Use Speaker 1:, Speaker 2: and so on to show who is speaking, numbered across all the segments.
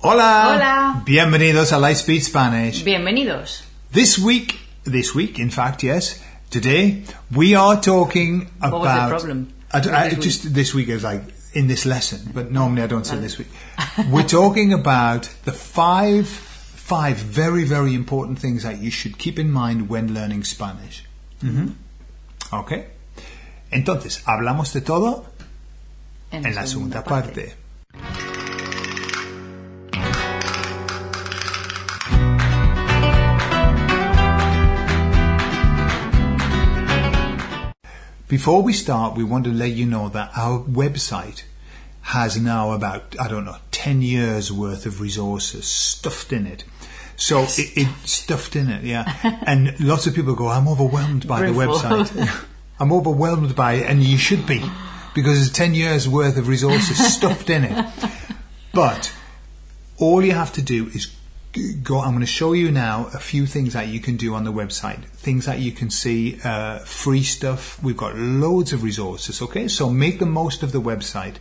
Speaker 1: Hola.
Speaker 2: Hola.
Speaker 1: Bienvenidos a Lightspeed Spanish.
Speaker 2: Bienvenidos.
Speaker 1: This week, this week, in fact, yes, today we are talking about.
Speaker 2: was the problem
Speaker 1: I d- I-
Speaker 2: with this
Speaker 1: just this week is like in this lesson, but normally I don't say this week. We're talking about the five, five very very important things that you should keep in mind when learning Spanish.
Speaker 2: Mm-hmm.
Speaker 1: hmm Okay. Entonces, hablamos de todo en la segunda parte. Before we start, we want to let you know that our website has now about, I don't know, 10 years worth of resources stuffed in it. So it, it stuffed in it, yeah. and lots of people go, I'm overwhelmed by the
Speaker 2: Brimful.
Speaker 1: website. I'm overwhelmed by it, and you should be, because there's 10 years worth of resources stuffed in it. But all you have to do is g- go. I'm going to show you now a few things that you can do on the website. Things that you can see, uh, free stuff. We've got loads of resources. Okay, so make the most of the website.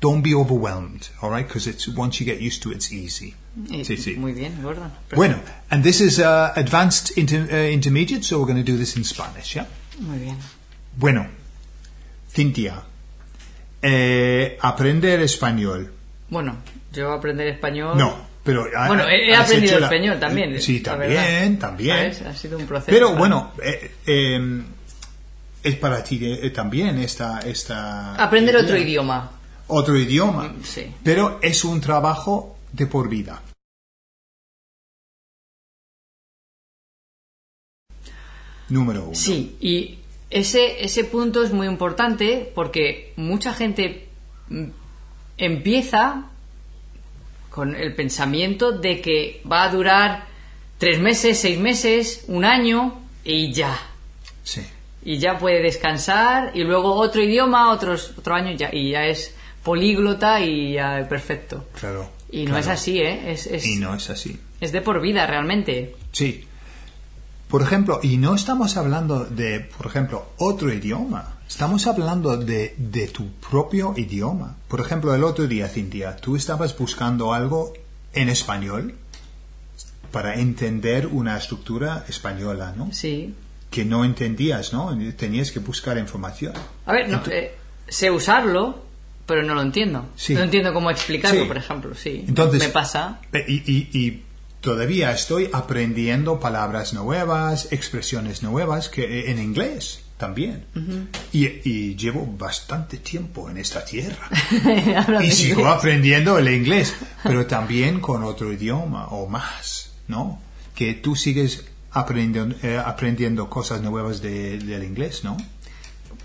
Speaker 1: Don't be overwhelmed. All right, because it's once you get used to it, it's easy.
Speaker 2: Eh,
Speaker 1: Sí, sí.
Speaker 2: Muy bien, Gordon.
Speaker 1: Bueno, and this is uh, advanced inter- uh, intermediate, so we're going to do this in Spanish. Yeah.
Speaker 2: Muy bien.
Speaker 1: Bueno, Cintia, eh, aprender español.
Speaker 2: Bueno, yo aprender español.
Speaker 1: No, pero... ha-
Speaker 2: Bueno, he he
Speaker 1: has hecho
Speaker 2: aprendido
Speaker 1: la-
Speaker 2: español también. ¿eh?
Speaker 1: Sí,
Speaker 2: la
Speaker 1: también,
Speaker 2: verdad.
Speaker 1: también.
Speaker 2: ¿Sabes? Ah. Ha sido un proceso.
Speaker 1: Pero
Speaker 2: para-
Speaker 1: bueno, eh, eh, es para ti eh, también esta... esta
Speaker 2: Aprender otro
Speaker 1: idea.
Speaker 2: idioma.
Speaker 1: Otro idioma.
Speaker 2: Mm, sí.
Speaker 1: Pero es un trabajo de por vida. Número uno.
Speaker 2: Sí, y ese, ese punto es muy importante porque mucha gente mm, empieza con el pensamiento de que va a durar tres meses, seis meses, un año y ya.
Speaker 1: Sí.
Speaker 2: y ya puede descansar y luego otro idioma, otros, otro año ya, y ya es políglota y ya perfecto.
Speaker 1: Claro.
Speaker 2: Y no
Speaker 1: claro.
Speaker 2: es así, ¿eh? Es, es,
Speaker 1: Y no es así.
Speaker 2: es de por vida realmente.
Speaker 1: Sí. Por ejemplo, y no estamos hablando de, por ejemplo, otro idioma. Estamos hablando de, de tu propio idioma. Por ejemplo, el otro día, Cintia, tú estabas buscando algo en español para entender una estructura española, ¿no?
Speaker 2: Sí.
Speaker 1: Que no entendías, ¿no? Tenías que buscar información.
Speaker 2: A ver, no, eh, sé usarlo, pero no lo entiendo.
Speaker 1: Sí.
Speaker 2: No entiendo cómo explicarlo,
Speaker 1: Sí.
Speaker 2: por ejemplo, sí.
Speaker 1: Entonces,
Speaker 2: Me pasa.
Speaker 1: eh, Y, y- y todavía estoy aprendiendo palabras nuevas, expresiones nuevas que eh, en inglés también. y, y llevo bastante tiempo en esta tierra.
Speaker 2: Habla
Speaker 1: y
Speaker 2: de
Speaker 1: sigo
Speaker 2: inglés.
Speaker 1: aprendiendo el inglés, pero también con otro idioma o más, ¿no? Que tú sigues aprendiendo, eh, aprendiendo cosas nuevas de- del inglés, ¿no?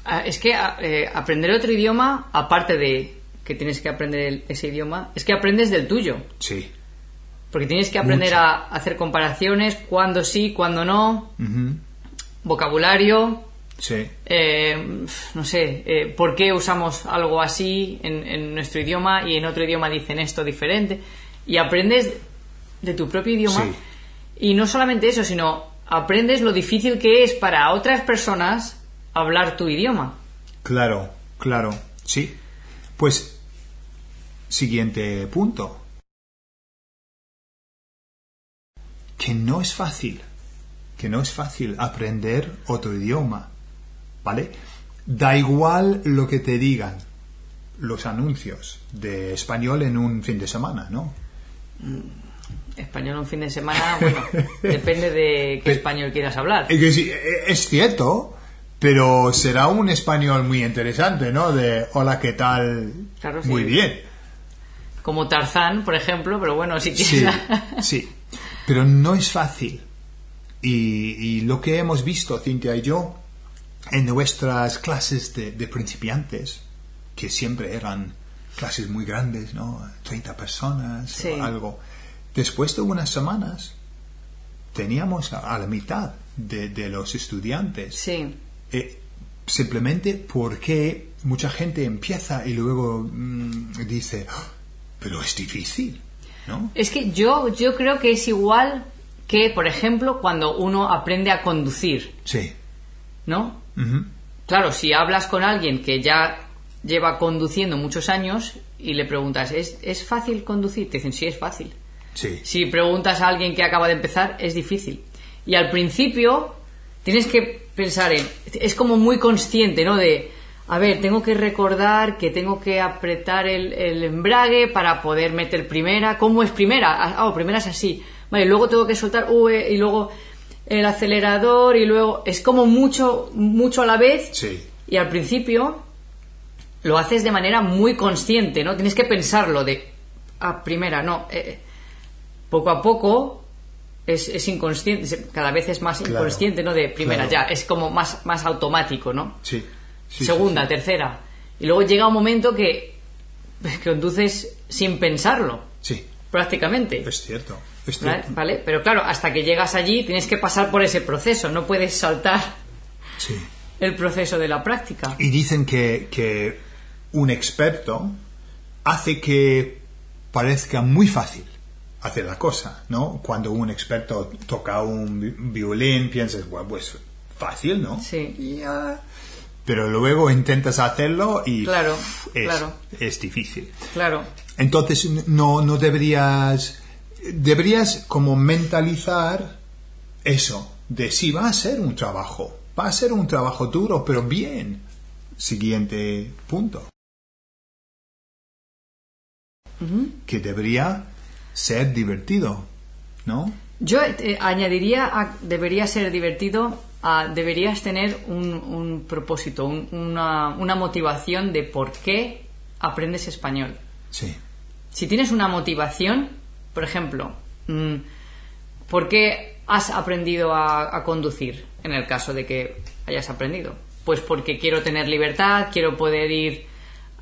Speaker 2: Ah, Es que ah, eh, aprender otro idioma, aparte de que tienes que aprender el- ese idioma, es que aprendes del tuyo.
Speaker 1: Sí.
Speaker 2: Porque tienes que aprender
Speaker 1: Mucho.
Speaker 2: a hacer comparaciones, cuándo sí, cuándo no, vocabulario,
Speaker 1: Sí.
Speaker 2: eh, no sé, eh, por qué usamos algo así en, en nuestro idioma y en otro idioma dicen esto diferente. Y aprendes de tu propio idioma.
Speaker 1: Sí.
Speaker 2: Y no solamente eso, sino aprendes lo difícil que es para otras personas hablar tu idioma.
Speaker 1: Claro, claro, sí. Pues, siguiente punto. Que no es fácil, que no es fácil aprender otro idioma, ¿vale? Da igual lo que te digan los anuncios de español en un fin de semana, ¿no?
Speaker 2: Español un fin de semana, bueno, depende de
Speaker 1: Eh,
Speaker 2: qué español quieras hablar.
Speaker 1: Es que sí, e- es cierto, pero será un español muy interesante, ¿no? De hola, ¿qué tal?
Speaker 2: Claro, sí.
Speaker 1: Muy bien.
Speaker 2: Como Tarzán, por ejemplo, pero bueno, si
Speaker 1: Sí,
Speaker 2: quieres...
Speaker 1: sí. Pero no es fácil. Y, y lo que hemos visto, Cintia y yo, en nuestras clases de, de principiantes, que siempre eran clases muy grandes, ¿no? 30 personas
Speaker 2: Sí.
Speaker 1: o algo. Después de unas semanas, teníamos a, a la mitad de, de los estudiantes.
Speaker 2: Sí,
Speaker 1: Eh, simplemente porque mucha gente empieza y luego mm, dice, "Ah, pero es difícil, ¿no?
Speaker 2: Es que yo, yo creo que es igual que, por ejemplo, cuando uno aprende a conducir,
Speaker 1: Sí.
Speaker 2: ¿no?
Speaker 1: Ujú.
Speaker 2: Claro, si hablas con alguien que ya lleva conduciendo muchos años y le preguntas, ¿es, es fácil conducir? Te dicen, sí, es fácil.
Speaker 1: Sí.
Speaker 2: Si preguntas a alguien que acaba de empezar, es difícil. Y al principio tienes que pensar en. Es como muy consciente, ¿no? De. A ver, tengo que recordar que tengo que apretar el, el embrague para poder meter primera. ¿Cómo es primera? Ah, oh, primera es así. Vale, luego tengo que soltar V y luego el acelerador y luego. Es como mucho, mucho a la vez.
Speaker 1: Sí.
Speaker 2: Y al principio lo haces de manera muy consciente, ¿no? Tienes que pensarlo de a primera, no. eh, eh, poco a poco es, es inconsciente, se- cada vez es más
Speaker 1: Claro,
Speaker 2: inconsciente, ¿no? De primera
Speaker 1: claro.
Speaker 2: ya, es como más, más automático, ¿no?
Speaker 1: Sí. Sí, sí,
Speaker 2: Segunda,
Speaker 1: sí.
Speaker 2: tercera. Y luego llega un momento que, que conduces sin pensarlo,
Speaker 1: Sí,
Speaker 2: prácticamente.
Speaker 1: es cierto. Es
Speaker 2: ¿Vale?
Speaker 1: cierto.
Speaker 2: ¿Vale? Pero claro, hasta que llegas allí tienes que pasar por ese proceso, no puedes saltar
Speaker 1: Sí.
Speaker 2: el proceso de la práctica.
Speaker 1: Y dicen que, que un experto hace que parezca muy fácil hacer la cosa, ¿no? Cuando un experto toca un vi- violín, piensas, bueno, pues fácil, ¿no?
Speaker 2: Sí.
Speaker 1: Ya. Pero luego intentas hacerlo y
Speaker 2: Claro,
Speaker 1: es,
Speaker 2: claro.
Speaker 1: es difícil.
Speaker 2: Claro.
Speaker 1: Entonces no, no deberías, deberías como mentalizar eso, de si va a ser un trabajo, va a ser un trabajo duro, pero bien. Siguiente punto. Que debería ser divertido, ¿no?
Speaker 2: Yo eh, añadiría, a- debería ser divertido, a, deberías tener un, un propósito, un- una, una motivación de por qué aprendes español.
Speaker 1: Sí,
Speaker 2: Si tienes una motivación, por ejemplo, mm, ¿por qué has aprendido a, a conducir en el caso de que hayas aprendido? Pues porque quiero tener libertad, quiero poder ir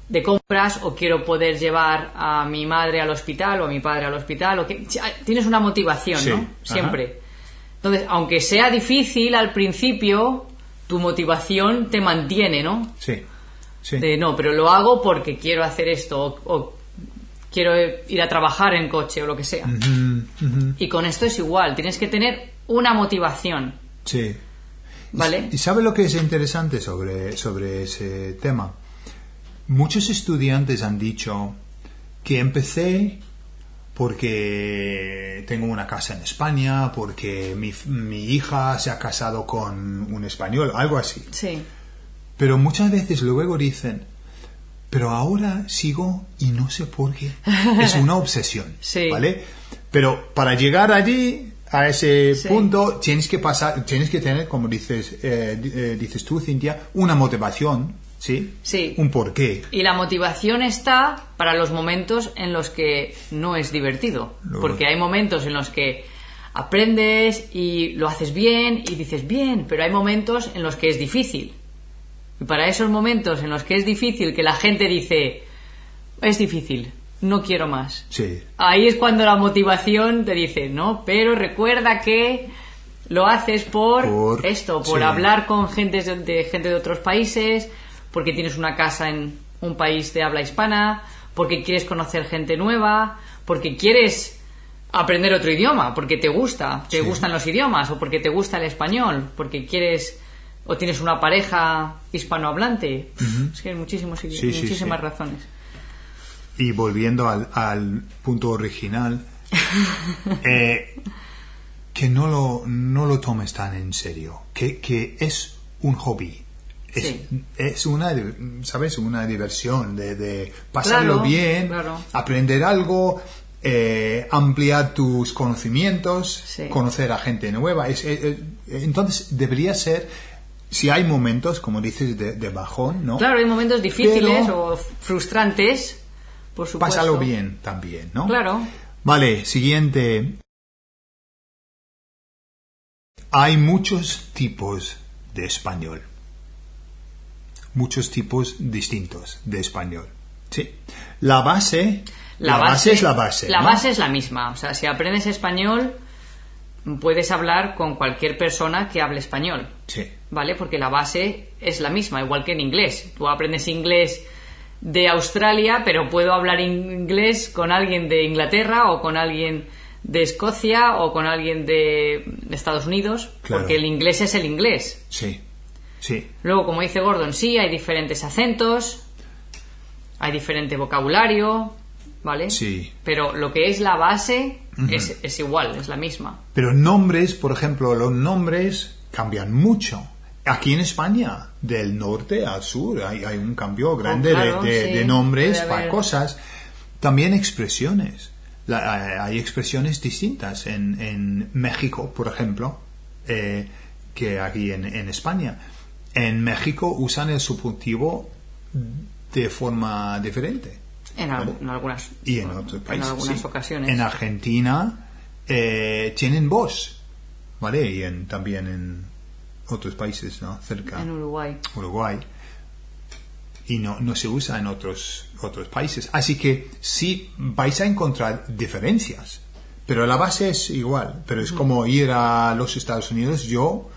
Speaker 2: de compras o quiero poder llevar a mi madre al hospital o a mi padre al hospital. O que... Tienes una motivación,
Speaker 1: Sí,
Speaker 2: ¿no?
Speaker 1: ajá.
Speaker 2: Siempre. Entonces, aunque sea difícil al principio, tu motivación te mantiene, ¿no?
Speaker 1: sí, sí.
Speaker 2: De no, pero lo hago porque quiero hacer esto o, o quiero ir a trabajar en coche o lo que sea.
Speaker 1: Mm. Ujú, ujú,
Speaker 2: Y con esto es igual, tienes que tener una motivación,
Speaker 1: sí.
Speaker 2: ¿vale?
Speaker 1: ¿Y sabe lo que es interesante sobre, sobre ese tema? Muchos estudiantes han dicho que empecé porque tengo una casa en España, porque mi, mi hija se ha casado con un español, algo así.
Speaker 2: Sí,
Speaker 1: Pero muchas veces luego dicen, pero ahora sigo y no sé por qué. Es una obsesión,
Speaker 2: Sí.
Speaker 1: ¿vale? Pero para llegar allí, a ese
Speaker 2: Sí.
Speaker 1: punto, tienes que pasar, tienes que tener, como dices, eh, di- eh, dices tú, Cintia, una motivación, ¿sí?
Speaker 2: sí.
Speaker 1: Un porqué.
Speaker 2: Y la motivación está para los momentos en los que no es divertido.
Speaker 1: Luego-
Speaker 2: Porque hay momentos en los que aprendes y lo haces bien y dices bien, pero hay momentos en los que es difícil. Y para esos momentos en los que es difícil, que la gente dice, es difícil, no quiero más.
Speaker 1: Sí,
Speaker 2: Ahí es cuando la motivación te dice, no, pero recuerda que lo haces por,
Speaker 1: Por-
Speaker 2: esto, por
Speaker 1: sí.
Speaker 2: hablar con gente de, de gente de otros países, porque tienes una casa en un país de habla hispana, porque quieres conocer gente nueva, porque quieres aprender otro idioma, porque te gusta, te
Speaker 1: Sí.
Speaker 2: gustan los idiomas, o porque te gusta el español, porque quieres o tienes una pareja hispanohablante. Es que hay muchísimos, idi-
Speaker 1: Sí, sí,
Speaker 2: muchísimas
Speaker 1: sí.
Speaker 2: razones.
Speaker 1: Y volviendo al, al punto original, eh, que no lo, no lo tomes tan en serio, que, que es un hobby. Es,
Speaker 2: Sí.
Speaker 1: es una, di- ¿sabes? Una diversión de, de pasarlo
Speaker 2: Claro,
Speaker 1: bien,
Speaker 2: claro.
Speaker 1: aprender algo, eh, ampliar tus conocimientos,
Speaker 2: Sí.
Speaker 1: conocer a gente nueva. Es- eh, eh, entonces debería ser, si hay momentos, como dices, de, de bajón, ¿no?
Speaker 2: Claro, hay momentos difíciles
Speaker 1: Pero-
Speaker 2: o frustrantes, por supuesto.
Speaker 1: Pásalo bien también, ¿no?
Speaker 2: Claro.
Speaker 1: Vale, siguiente. Hay muchos tipos de español. Muchos tipos distintos de español. Sí. La base. La, base, es la base.
Speaker 2: La
Speaker 1: ¿no?
Speaker 2: base es la misma. O sea, si aprendes español, puedes hablar con cualquier persona que hable español.
Speaker 1: Sí.
Speaker 2: ¿Vale? Porque la base es la misma, igual que en inglés. Tú aprendes inglés de Australia, pero puedo hablar in- inglés con alguien de Inglaterra o con alguien de Escocia o con alguien de Estados Unidos,
Speaker 1: Claro.
Speaker 2: porque el inglés es el inglés.
Speaker 1: Sí. Sí.
Speaker 2: Luego, como dice Gordon, sí, hay diferentes acentos, hay diferente vocabulario, ¿vale?
Speaker 1: Sí.
Speaker 2: Pero lo que es la base es, es igual, es la misma.
Speaker 1: Pero nombres, por ejemplo, los nombres cambian mucho. Aquí en España, del norte al sur, hay, hay un cambio grande de-
Speaker 2: Oh, claro,
Speaker 1: de,
Speaker 2: sí,
Speaker 1: de nombres
Speaker 2: puede
Speaker 1: para
Speaker 2: haber.
Speaker 1: cosas. También expresiones. La- eh, hay expresiones distintas en, en México, por ejemplo, eh, que aquí en, en España. En México usan el subjuntivo de forma diferente.
Speaker 2: En, al- en algunas,
Speaker 1: Y en otros países.
Speaker 2: en algunas
Speaker 1: sí.
Speaker 2: ocasiones.
Speaker 1: En Argentina eh, tienen voz, ¿vale? Y en, también en otros países, ¿no? Cerca.
Speaker 2: En Uruguay.
Speaker 1: Uruguay. Y no, no se usa en otros, otros países. Así que sí vais a encontrar diferencias. Pero la base es igual. Pero es como ir a los Estados Unidos. Yo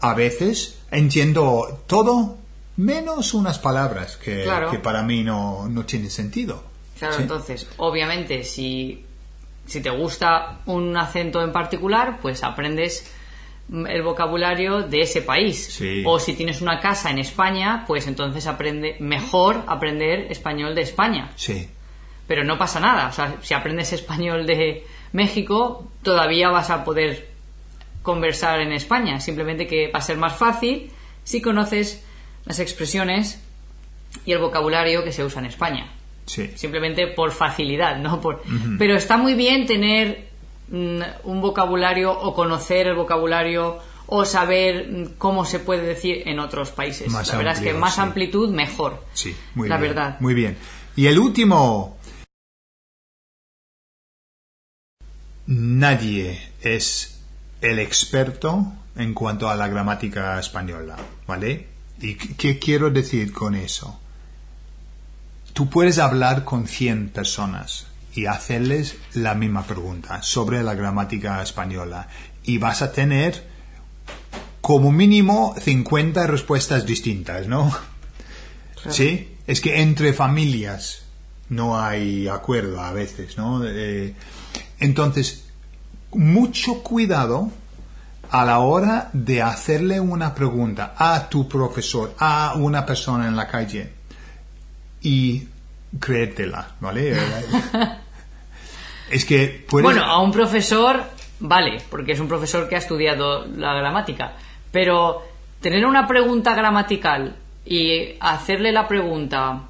Speaker 1: a veces entiendo todo menos unas palabras que,
Speaker 2: Claro.
Speaker 1: que para mí no, no tienen sentido.
Speaker 2: Claro,
Speaker 1: Sí.
Speaker 2: entonces, obviamente, si, si te gusta un acento en particular, pues aprendes mm, el vocabulario de ese país.
Speaker 1: Sí.
Speaker 2: O si tienes una casa en España, pues entonces aprende mejor aprender español de España.
Speaker 1: Sí.
Speaker 2: Pero no pasa nada. O sea, si aprendes español de México, todavía vas a poder conversar en España. Simplemente que va a ser más fácil si conoces las expresiones y el vocabulario que se usa en España
Speaker 1: Sí.
Speaker 2: simplemente por facilidad, ¿no? Por, Pero está muy bien tener mm, un vocabulario o conocer el vocabulario o saber mm, cómo se puede decir en otros países.
Speaker 1: Más
Speaker 2: la verdad es que
Speaker 1: amplio,
Speaker 2: más
Speaker 1: sí.
Speaker 2: amplitud mejor.
Speaker 1: Sí, muy
Speaker 2: la
Speaker 1: bien.
Speaker 2: verdad.
Speaker 1: Muy bien. Y el último. Nadie es el experto en cuanto a la gramática española, ¿vale? ¿Y qué qué quiero decir con eso? Tú puedes hablar con 100 personas y hacerles la misma pregunta sobre la gramática española y vas a tener como mínimo 50 respuestas distintas, ¿no? Sí, es que entre familias no hay acuerdo a veces, ¿no? Eh, entonces, mucho cuidado a la hora de hacerle una pregunta a tu profesor, a una persona en la calle y creértela, ¿vale? es que puedes...
Speaker 2: Bueno, a un profesor, vale, porque es un profesor que ha estudiado la gramática, pero tener una pregunta gramatical y hacerle la pregunta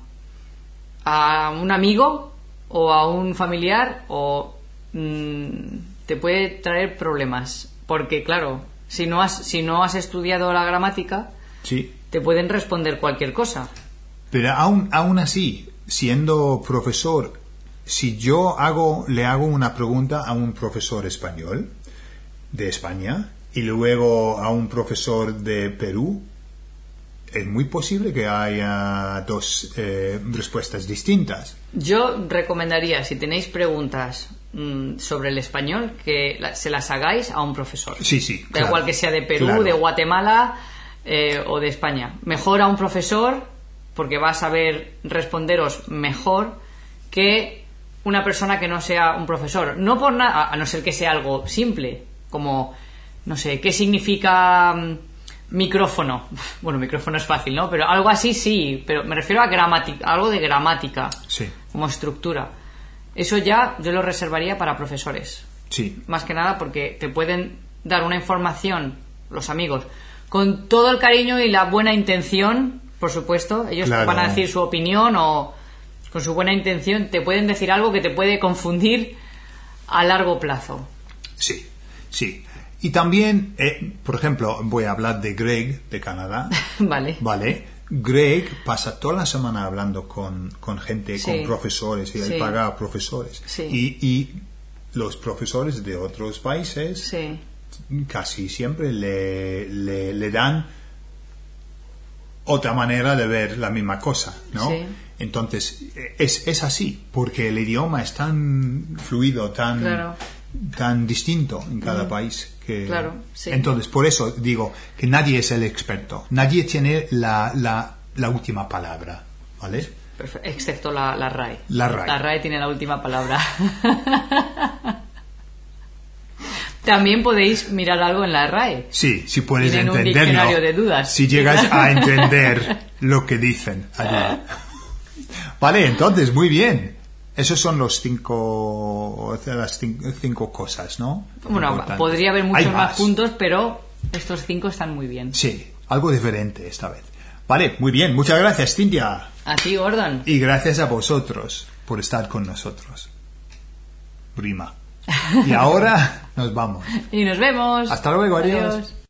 Speaker 2: a un amigo o a un familiar o mm, te puede traer problemas, porque claro, si no has si no has estudiado la gramática,
Speaker 1: Sí.
Speaker 2: te pueden responder cualquier cosa.
Speaker 1: Pero aún, aún así, siendo profesor, si yo hago, le hago una pregunta a un profesor español de España y luego a un profesor de Perú, es muy posible que haya dos eh, respuestas distintas.
Speaker 2: Yo recomendaría, si tenéis preguntas mm, sobre el español, que la- se las hagáis a un profesor.
Speaker 1: Sí, sí,
Speaker 2: Da
Speaker 1: claro,
Speaker 2: igual que sea de Perú,
Speaker 1: claro.
Speaker 2: de Guatemala eh, o de España. Mejor a un profesor, porque va a saber responderos mejor que una persona que no sea un profesor. No por nada, a- a no ser que sea algo simple, como, no sé, ¿qué significa mm, micrófono? Bueno, micrófono es fácil, ¿no? Pero algo así sí, pero me refiero a gramática, algo de gramática
Speaker 1: Sí,
Speaker 2: como estructura. Eso ya yo lo reservaría para profesores.
Speaker 1: sí,
Speaker 2: Más que nada porque te pueden dar una información, los amigos, con todo el cariño y la buena intención, por supuesto. Ellos
Speaker 1: Claro.
Speaker 2: te van a decir su opinión o con su buena intención te pueden decir algo que te puede confundir a largo plazo.
Speaker 1: sí, sí. Y también, eh, por ejemplo, voy a hablar de Greg de Canadá.
Speaker 2: vale.
Speaker 1: Vale. Greg pasa toda la semana hablando con, con gente,
Speaker 2: Sí.
Speaker 1: con profesores, y él
Speaker 2: Sí.
Speaker 1: paga a profesores.
Speaker 2: Sí.
Speaker 1: Y, y los profesores de otros países
Speaker 2: Sí.
Speaker 1: casi siempre le, le, le dan otra manera de ver la misma cosa, ¿no?
Speaker 2: Sí.
Speaker 1: Entonces, es, es así, porque el idioma es tan fluido, tan,
Speaker 2: Claro.
Speaker 1: tan distinto en cada país. Que,
Speaker 2: Claro, sí.
Speaker 1: Entonces, por eso digo que nadie es el experto, nadie tiene la, la, la última palabra, ¿vale?
Speaker 2: Perfe- Excepto la, la RAE.
Speaker 1: La RAE.
Speaker 2: La RAE tiene la última palabra. También podéis mirar algo en la RAE.
Speaker 1: Sí, si puedes
Speaker 2: Tienen un
Speaker 1: entenderlo.
Speaker 2: diccionario de dudas.
Speaker 1: Si llegas a entender lo que dicen
Speaker 2: Ah.
Speaker 1: allí. Vale, entonces, muy bien. Esos son los cinco, las cin- cinco, cosas, ¿no?
Speaker 2: Bueno,
Speaker 1: Importantes.
Speaker 2: podría haber muchos
Speaker 1: Hay
Speaker 2: más puntos, pero estos cinco están muy bien.
Speaker 1: Sí, algo diferente esta vez. Vale, muy bien. Muchas gracias, Cintia.
Speaker 2: A ti, Gordon.
Speaker 1: Y gracias a vosotros por estar con nosotros. Prima. Y ahora nos vamos.
Speaker 2: Y nos vemos.
Speaker 1: Hasta luego, adiós.
Speaker 2: adiós.